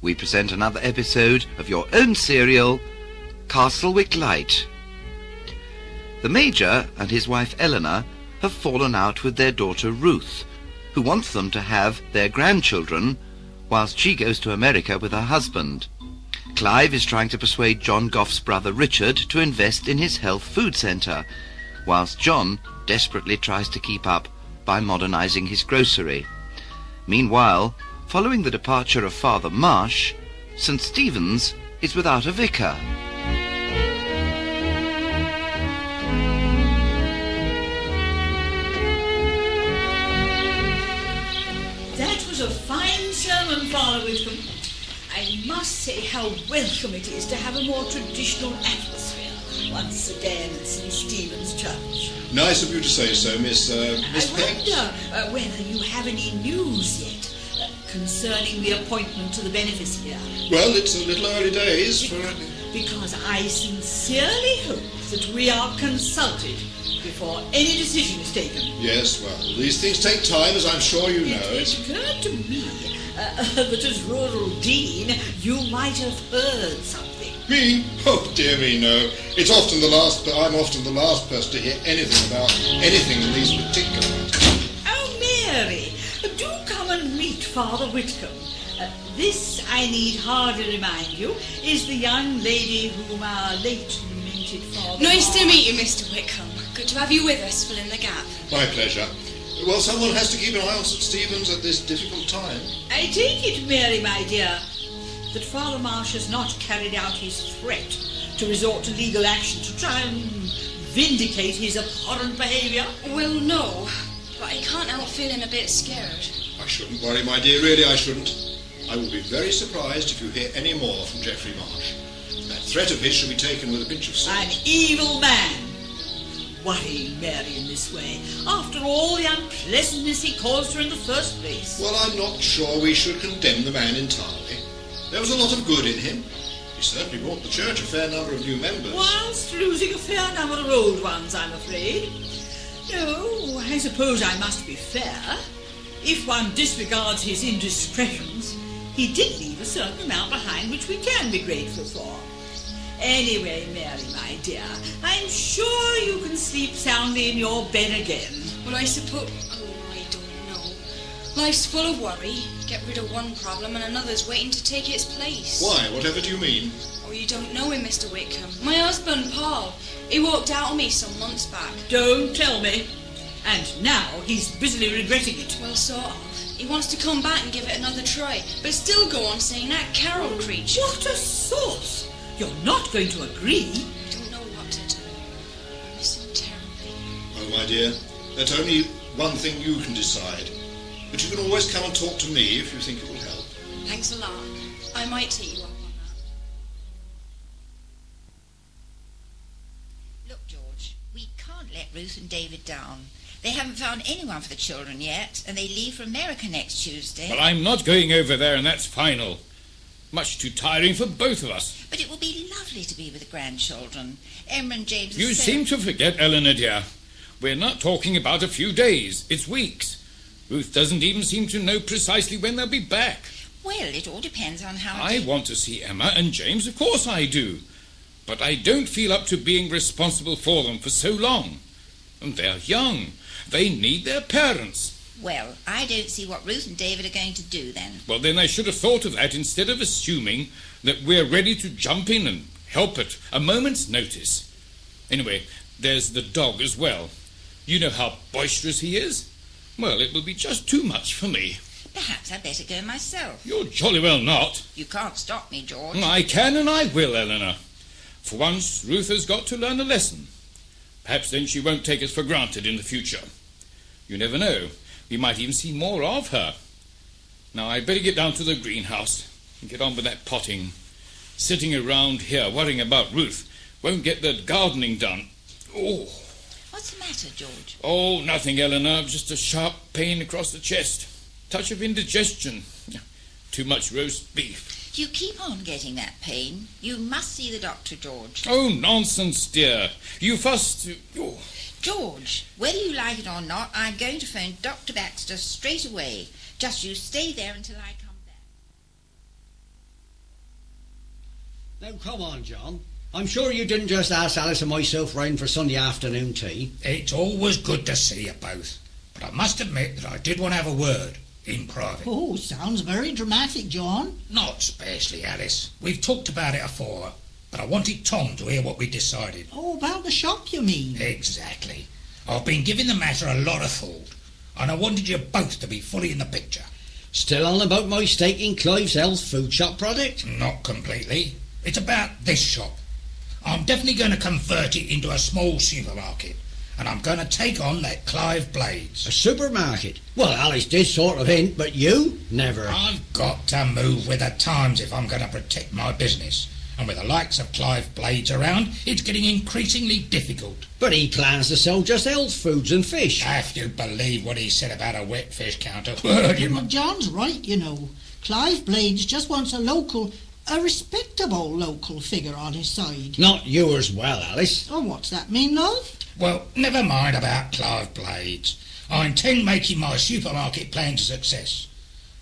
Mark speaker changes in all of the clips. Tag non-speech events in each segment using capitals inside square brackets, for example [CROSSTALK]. Speaker 1: we present another episode of your own serial, Castlewick Light. The Major and his wife Eleanor have fallen out with their daughter Ruth, who wants them to have their grandchildren whilst she goes to America with her husband. Clive is trying to persuade John Goff's brother Richard to invest in his health food centre, whilst John desperately tries to keep up by modernising his grocery. Meanwhile, following the departure of Father Marsh, St. Stephen's is without a vicar.
Speaker 2: That was a fine sermon, Father Whitcomb. I must say how welcome it is to have a more traditional atmosphere once a day at St. Stephen's Church.
Speaker 3: Nice of you to say so, Miss. Uh, Miss
Speaker 2: I
Speaker 3: Peck.
Speaker 2: wonder uh, whether you have any news yet uh, concerning the appointment to the beneficiary,
Speaker 3: Well, it's a little early days for.
Speaker 2: because I sincerely hope that we are consulted before any decision is taken.
Speaker 3: Yes, well, these things take time, as I'm sure you know.
Speaker 2: It, it occurred to me uh, [LAUGHS] that as rural dean, you might have heard something.
Speaker 3: Me? Oh dear me, no. It's often the last. I'm often the last person to hear anything about anything in these particular.
Speaker 2: Oh, Mary, do come and meet Father Whitcomb. Uh, this, I need hardly remind you, is the young lady whom our late lamented father...
Speaker 4: Nice to meet you, Mr. Wickham. Good to have you with us filling the gap.
Speaker 3: My pleasure. Well, someone has to keep an eye on St Stephen's at this difficult time.
Speaker 2: I take it, Mary, my dear, that Father Marsh has not carried out his threat to resort to legal action to try and vindicate his abhorrent behaviour.
Speaker 4: Well, no, but I can't help feeling a bit scared.
Speaker 3: I shouldn't worry, my dear. Really, I shouldn't. I will be very surprised if you hear any more from Geoffrey Marsh. That threat of his should be taken with a pinch of salt.
Speaker 2: An evil man. Worrying Mary in this way, after all the unpleasantness he caused her in the first place.
Speaker 3: Well, I'm not sure we should condemn the man entirely. There was a lot of good in him. He certainly brought the church a fair number of new members.
Speaker 2: Whilst losing a fair number of old ones, I'm afraid. No, I suppose I must be fair. If one disregards his indiscretions, he did leave a certain amount behind which we can be grateful for. Anyway, Mary, my dear, I'm sure you can sleep soundly in your bed again.
Speaker 4: Well, I suppose. Oh, I don't know. Life's full of worry. Get rid of one problem and another's waiting to take its place.
Speaker 3: Why? Whatever do you mean?
Speaker 4: Oh, you don't know him, Mr. Wickham. My husband, Paul. He walked out on me some months back.
Speaker 2: Don't tell me. And now he's busily regretting it.
Speaker 4: Well, sort of. He wants to come back and give it another try, but still go on saying that Carol creature.
Speaker 2: What a source! You're not going to agree.
Speaker 4: I don't know what to do. I miss him terribly.
Speaker 3: Oh, my dear, that's only one thing you can decide. But you can always come and talk to me if you think it will help.
Speaker 4: Thanks a lot. I might take you up on that.
Speaker 5: Look, George, we can't let Ruth and David down. They haven't found anyone for the children yet, and they leave for America next Tuesday.
Speaker 6: Well, I'm not going over there, and that's final. Much too tiring for both of us.
Speaker 5: But it will be lovely to be with the grandchildren. Emma and James. are
Speaker 6: You
Speaker 5: so-
Speaker 6: seem to forget, Eleanor, dear. We're not talking about a few days. It's weeks. Ruth doesn't even seem to know precisely when they'll be back.
Speaker 5: Well, it all depends on how.
Speaker 6: I want to see Emma and James, of course I do. But I don't feel up to being responsible for them for so long. And they're young. They need their parents.
Speaker 5: Well, I don't see what Ruth and David are going to do then.
Speaker 6: Well, then I should have thought of that instead of assuming that we're ready to jump in and help at a moment's notice. Anyway, there's the dog as well. You know how boisterous he is? Well, it will be just too much for me.
Speaker 5: Perhaps I'd better go myself.
Speaker 6: You're jolly well not.
Speaker 5: You can't stop me, George.
Speaker 6: I can and I will, Eleanor. For once, Ruth has got to learn a lesson. Perhaps then she won't take us for granted in the future. You never know. We might even see more of her. Now, I'd better get down to the greenhouse and get on with that potting. Sitting around here worrying about Ruth won't get the gardening done. Oh,
Speaker 5: What's the matter, George?
Speaker 6: oh, nothing, Eleanor. Just a sharp pain across the chest. Touch of indigestion. Too much roast beef.
Speaker 5: You keep on getting that pain. You must see the doctor, George.
Speaker 6: Oh, nonsense, dear. You first. Oh,
Speaker 5: George, whether you like it or not, I'm going to phone Dr. Baxter straight away. Just you stay there until I come back.
Speaker 7: Now, come on, John. I'm sure you didn't just ask Alice and myself round for Sunday afternoon tea.
Speaker 8: It's always good to see you both, but I must admit that I did want to have a word in private.
Speaker 9: Oh, sounds very dramatic, John.
Speaker 8: Not especially, Alice. We've talked about it afore, but I wanted Tom to hear what we decided.
Speaker 9: Oh, about the shop, you mean?
Speaker 8: Exactly. I've been giving the matter a lot of thought, and I wanted you both to be fully in the picture.
Speaker 7: Still on about my stake in Clive's health food shop product?
Speaker 8: Not completely. It's about this shop. I'm definitely going to convert it into a small supermarket, and I'm going to take on that Clive Blades.
Speaker 7: A supermarket? Well, Alice did sort of hint, but you? Never.
Speaker 8: I've got to move with the times if I'm going to protect my business. And with the likes of Clive Blades around, it's getting increasingly difficult.
Speaker 7: But he plans to sell just health foods and fish.
Speaker 8: If you believe what he said about a wet fish counter, [LAUGHS] word you
Speaker 9: Well, John's right, you know. Clive Blades just wants a local, a respectable local figure on his side.
Speaker 7: Not you as well, Alice.
Speaker 9: Oh, what's that mean, love?
Speaker 8: Well, never mind about Clive Blades. I intend making my supermarket plan a success.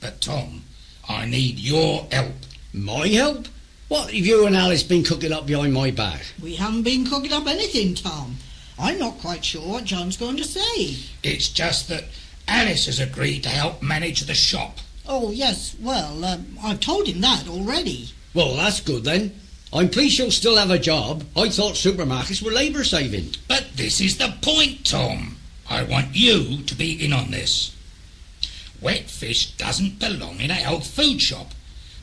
Speaker 8: But, Tom, I need your help.
Speaker 7: My help? What have you and Alice been cooking up behind my back?
Speaker 9: We haven't been cooking up anything, Tom. I'm not quite sure what John's going to say.
Speaker 8: It's just that Alice has agreed to help manage the shop.
Speaker 9: Oh, yes, well, um, I've told him that already.
Speaker 7: Well, that's good then. I'm pleased you'll still have a job. I thought supermarkets were labour saving.
Speaker 8: But this is the point, Tom. I want you to be in on this. Wet fish doesn't belong in a health food shop,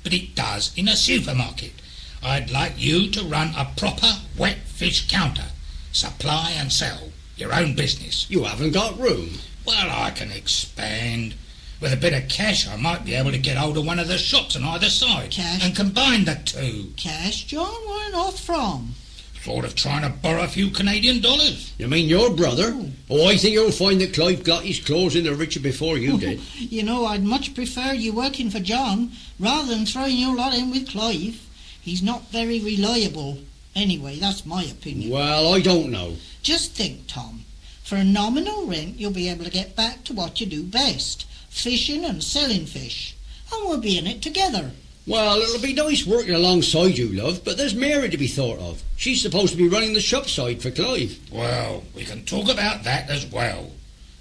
Speaker 8: but it does in a supermarket. I'd like you to run a proper wet fish counter. Supply and sell. Your own business.
Speaker 7: You haven't got room.
Speaker 8: Well, I can expand. With a bit of cash, I might be able to get hold of one of the shops on either side
Speaker 9: Cash?
Speaker 8: and combine the two.
Speaker 9: Cash, John, where on earth from?
Speaker 8: Sort of trying to borrow a few Canadian dollars.
Speaker 7: You mean your brother? Oh, I think you'll find that Clive got his claws in the richer
Speaker 8: [LAUGHS]
Speaker 7: before you did.
Speaker 9: You know, I'd much prefer you working for John rather than throwing your lot in with Clive. He's not very reliable. Anyway, that's my opinion.
Speaker 7: well, I don't know.
Speaker 9: Just think, Tom. For a nominal rent, you'll be able to get back to what you do best fishing and selling fish. And we'll be in it together.
Speaker 7: Well, it'll be nice working alongside you, love, but there's Mary to be thought of. She's supposed to be running the shop side for Clive.
Speaker 8: Well, we can talk about that as well.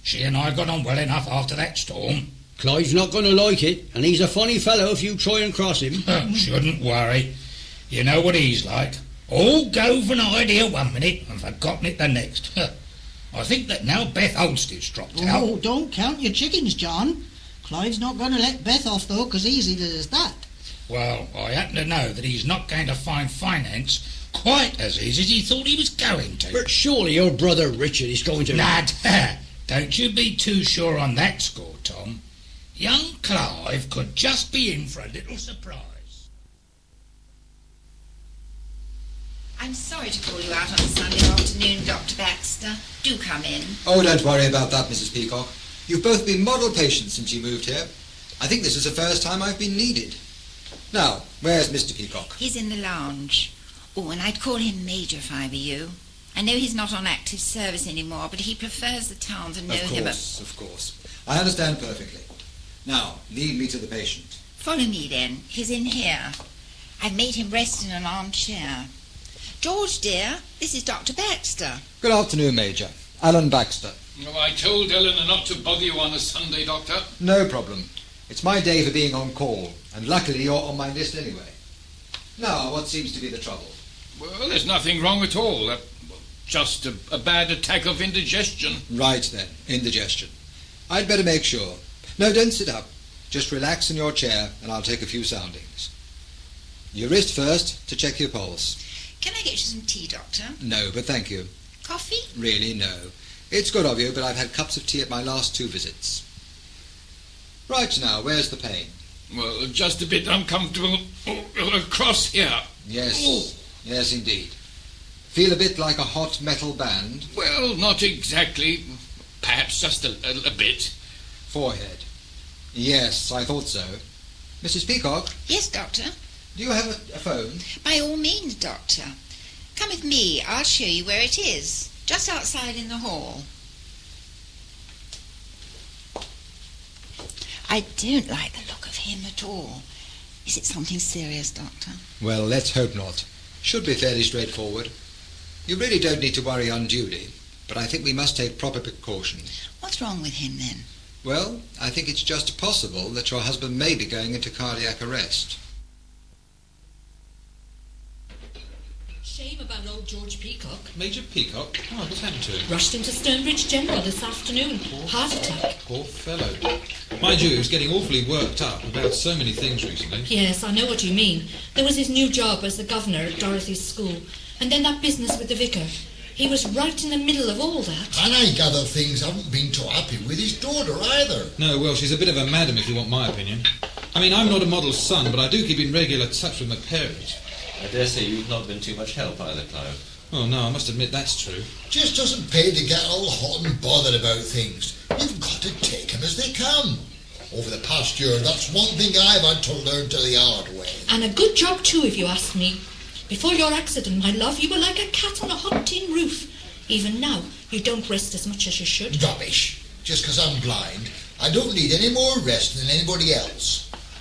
Speaker 8: She and I got on well enough after that storm.
Speaker 7: Clive's not going to like it, and he's a funny fellow if you try and cross
Speaker 8: [LAUGHS]
Speaker 7: him.
Speaker 8: Shouldn't worry. You know what he's like. All go for an idea one minute and forgotten it the next. [LAUGHS] I think that now Beth Olstead's dropped
Speaker 9: Oh,
Speaker 8: out.
Speaker 9: don't count your chickens, John. Clive's not going to let Beth off, though, 'cause easy as that.
Speaker 8: Well, I happen to know that he's not going to find finance quite as easy as he thought he was going to.
Speaker 7: But surely your brother Richard is going to.
Speaker 8: Lad, don't you be too sure on that score, Tom. Young Clive could just be in for a little surprise.
Speaker 5: I'm sorry to call you out on a Sunday afternoon, Dr. Baxter. Do come in.
Speaker 10: Oh, don't worry about that, Mrs. Peacock. You've both been model patients since you moved here. I think this is the first time I've been needed. Now, where's Mr. Peacock?
Speaker 5: He's in the lounge. Oh, and I'd call him Major if I were you. I know he's not on active service anymore, but he prefers the town to know
Speaker 10: of
Speaker 5: him.
Speaker 10: course, of course. I understand perfectly. Now, lead me to the patient.
Speaker 5: Follow me then. He's in here. I've made him rest in an armchair. George, dear, this is Dr. Baxter.
Speaker 10: Good afternoon, Major. Alan Baxter.
Speaker 6: Oh, I told Eleanor not to bother you on a Sunday, Doctor.
Speaker 10: No problem. It's my day for being on call, and luckily you're on my list anyway. Now, what seems to be the trouble?
Speaker 6: Well, there's nothing wrong at all. Uh, well, just a, a bad attack of indigestion.
Speaker 10: Right then, indigestion. I'd better make sure. No, don't sit up. Just relax in your chair and I'll take a few soundings. Your wrist first to check your pulse.
Speaker 5: Can I get you some tea, Doctor?
Speaker 10: No, but thank you.
Speaker 5: Coffee?
Speaker 10: Really, no. It's good of you, but I've had cups of tea at my last two visits. Right now, where's the pain?
Speaker 6: Well, just a bit uncomfortable oh, across here.
Speaker 10: Yes.
Speaker 6: Oh.
Speaker 10: Yes, indeed. Feel a bit like a hot metal band.
Speaker 6: Well, not exactly. Perhaps just a, a, a bit.
Speaker 10: Forehead. Yes, I thought so. Mrs. Peacock,
Speaker 5: Yes, Doctor.
Speaker 10: do you have a, a phone?
Speaker 5: By all means, Doctor. Come with me. I'll show you where it is. Just outside in the hall. I don't like the look of him at all. Is it something serious, Doctor?
Speaker 10: Well, let's hope not. Should be fairly straightforward. You really don't need to worry unduly, but I think we must take proper precautions.
Speaker 5: What's wrong with him then?
Speaker 10: Well, I think it's just possible that your husband may be going into cardiac arrest.
Speaker 11: Shame about old George Peacock.
Speaker 12: Major Peacock? Oh, what's happened to him?
Speaker 11: Rushed into Stonebridge General this afternoon. Heart attack.
Speaker 12: Poor fellow. Mind you, he was getting awfully worked up about so many things recently.
Speaker 11: Yes, I know what you mean. There was his new job as the governor at Dorothy's school, and then that business with the vicar. He was right in the middle of all that.
Speaker 13: And I gather things haven't been too happy with his daughter either.
Speaker 12: No, well, she's a bit of a madam if you want my opinion. I mean, I'm not a model son, but I do keep in regular touch with my parents.
Speaker 14: I dare say you've not been too much help either, Clive.
Speaker 12: Oh, no, I must admit that's true.
Speaker 13: Just doesn't pay to get all hot and bothered about things. You've got to take 'em as they come. Over the past year, that's one thing I've had to learn to the hard way.
Speaker 11: And a good job, too, if you ask me. Before your accident, my love, you were like a cat on a hot tin roof. Even now, you don't rest as much as you should.
Speaker 13: Rubbish. Just 'cause I'm blind, I don't need any more rest than anybody else.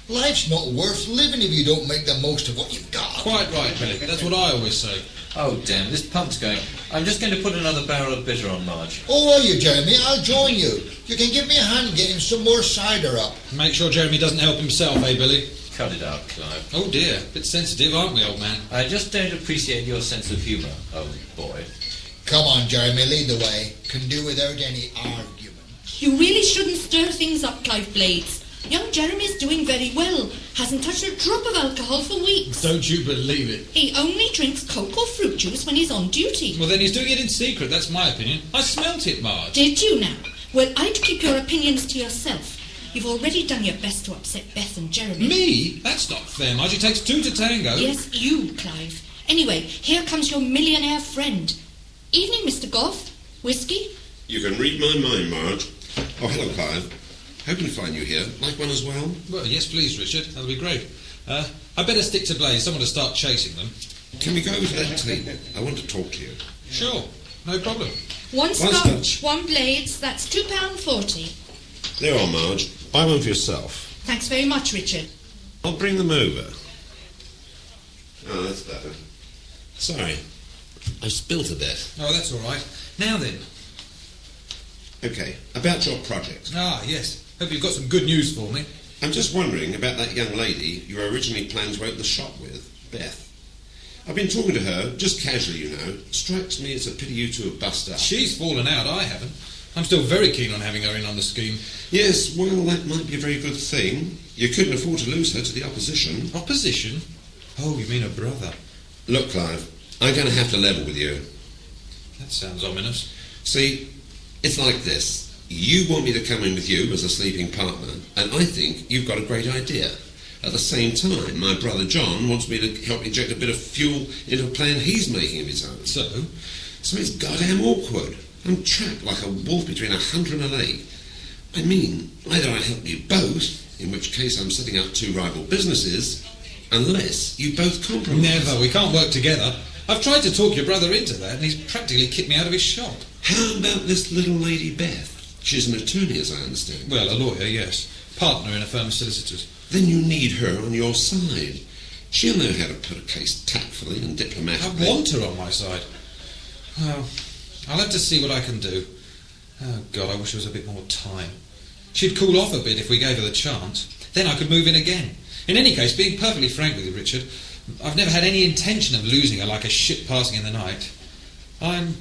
Speaker 13: Life's not worth living if you don't make the most of what you've got.
Speaker 12: Quite right, Billy. That's what I always say.
Speaker 14: Oh, damn, this pump's going. I'm just going to put another barrel of bitter on Marge.
Speaker 13: Oh, are you, Jeremy? I'll join you. You can give me a hand getting some more cider up.
Speaker 12: Make sure Jeremy doesn't help himself, eh, Billy?
Speaker 14: Cut it out, Clive.
Speaker 12: Oh, dear. Bit sensitive, aren't we, old man?
Speaker 14: I just don't appreciate your sense of humour, Oh. old boy.
Speaker 13: Come on, Jeremy, lead the way. Can do without any argument.
Speaker 11: You really shouldn't stir things up, Clive Blades. Young Jeremy's doing very well. Hasn't touched a drop of alcohol for weeks.
Speaker 12: Don't you believe it?
Speaker 11: He only drinks Coke or fruit juice when he's on duty.
Speaker 12: Well, then he's doing it in secret. That's my opinion. I smelt it, Marge.
Speaker 11: Did you now? Well, I'd keep your opinions to yourself. You've already done your best to upset Beth and Jeremy.
Speaker 12: Me? That's not fair, Marge. It takes two to tango.
Speaker 11: Yes, you, Clive. Anyway, here comes your millionaire friend. Evening, Mr. Goff. Whiskey?
Speaker 15: You can read my mind, Marge. Oh, hello, Clive. Hoping to find you here. Like one as well?
Speaker 12: Well, yes, please, Richard. That'll be great. Uh, I better stick to Blaze. Someone to start chasing them.
Speaker 15: Can we go over to that table? I want to talk to you.
Speaker 12: Sure. No problem.
Speaker 11: One scotch, one blades. That's two pound forty.
Speaker 15: There you are, Marge. Buy one for yourself.
Speaker 11: Thanks very much, Richard.
Speaker 15: I'll bring them over. Oh, that's better. Sorry. I spilled to death.
Speaker 12: Oh, that's all right. Now then.
Speaker 15: Okay, about your project.
Speaker 12: Ah, yes. Hope you've got some good news for me.
Speaker 15: I'm just wondering about that young lady you originally planned to open the shop with, Beth. I've been talking to her, just casually, you know. Strikes me it's a pity you two have bust up.
Speaker 12: She's fallen out. I haven't. I'm still very keen on having her in on the scheme.
Speaker 15: Yes, well, that might be a very good thing. You couldn't afford to lose her to the opposition.
Speaker 12: Opposition? Oh, you mean a brother.
Speaker 15: Look, Clive, I'm going to have to level with you.
Speaker 12: That sounds ominous.
Speaker 15: See, it's like this. You want me to come in with you as a sleeping partner, and I think you've got a great idea. At the same time, my brother John wants me to help inject a bit of fuel into a plan he's making of his own.
Speaker 12: So?
Speaker 15: So it's goddamn awkward. I'm trapped like a wolf between a hunter and a leg. I mean, either I help you both, in which case I'm setting up two rival businesses, unless you both compromise.
Speaker 12: Never. We can't work together. I've tried to talk your brother into that, and he's practically kicked me out of his shop.
Speaker 15: How about this little lady Beth? She's an attorney, as I understand.
Speaker 12: Well, a lawyer, yes. Partner in a firm of solicitors.
Speaker 15: Then you need her on your side. She'll know how to put a case tactfully and diplomatically.
Speaker 12: I want her on my side. Well, I'll have to see what I can do. Oh, God, I wish there was a bit more time. She'd cool off a bit if we gave her the chance. Then I could move in again. In any case, being perfectly frank with you, Richard, I've never had any intention of losing her like a ship passing in the night. I'm.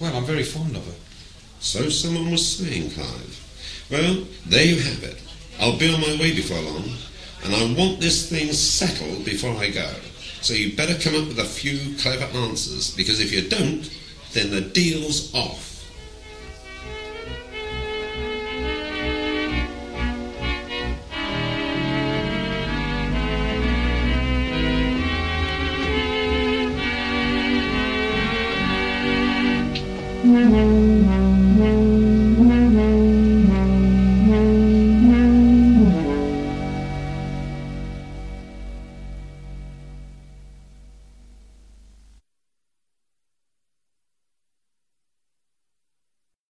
Speaker 12: Well, I'm very fond of her.
Speaker 15: So someone was saying, Clive. Well, there you have it. I'll be on my way before long, and I want this thing settled before I go. So you better come up with a few clever answers, because if you don't, then the deal's off.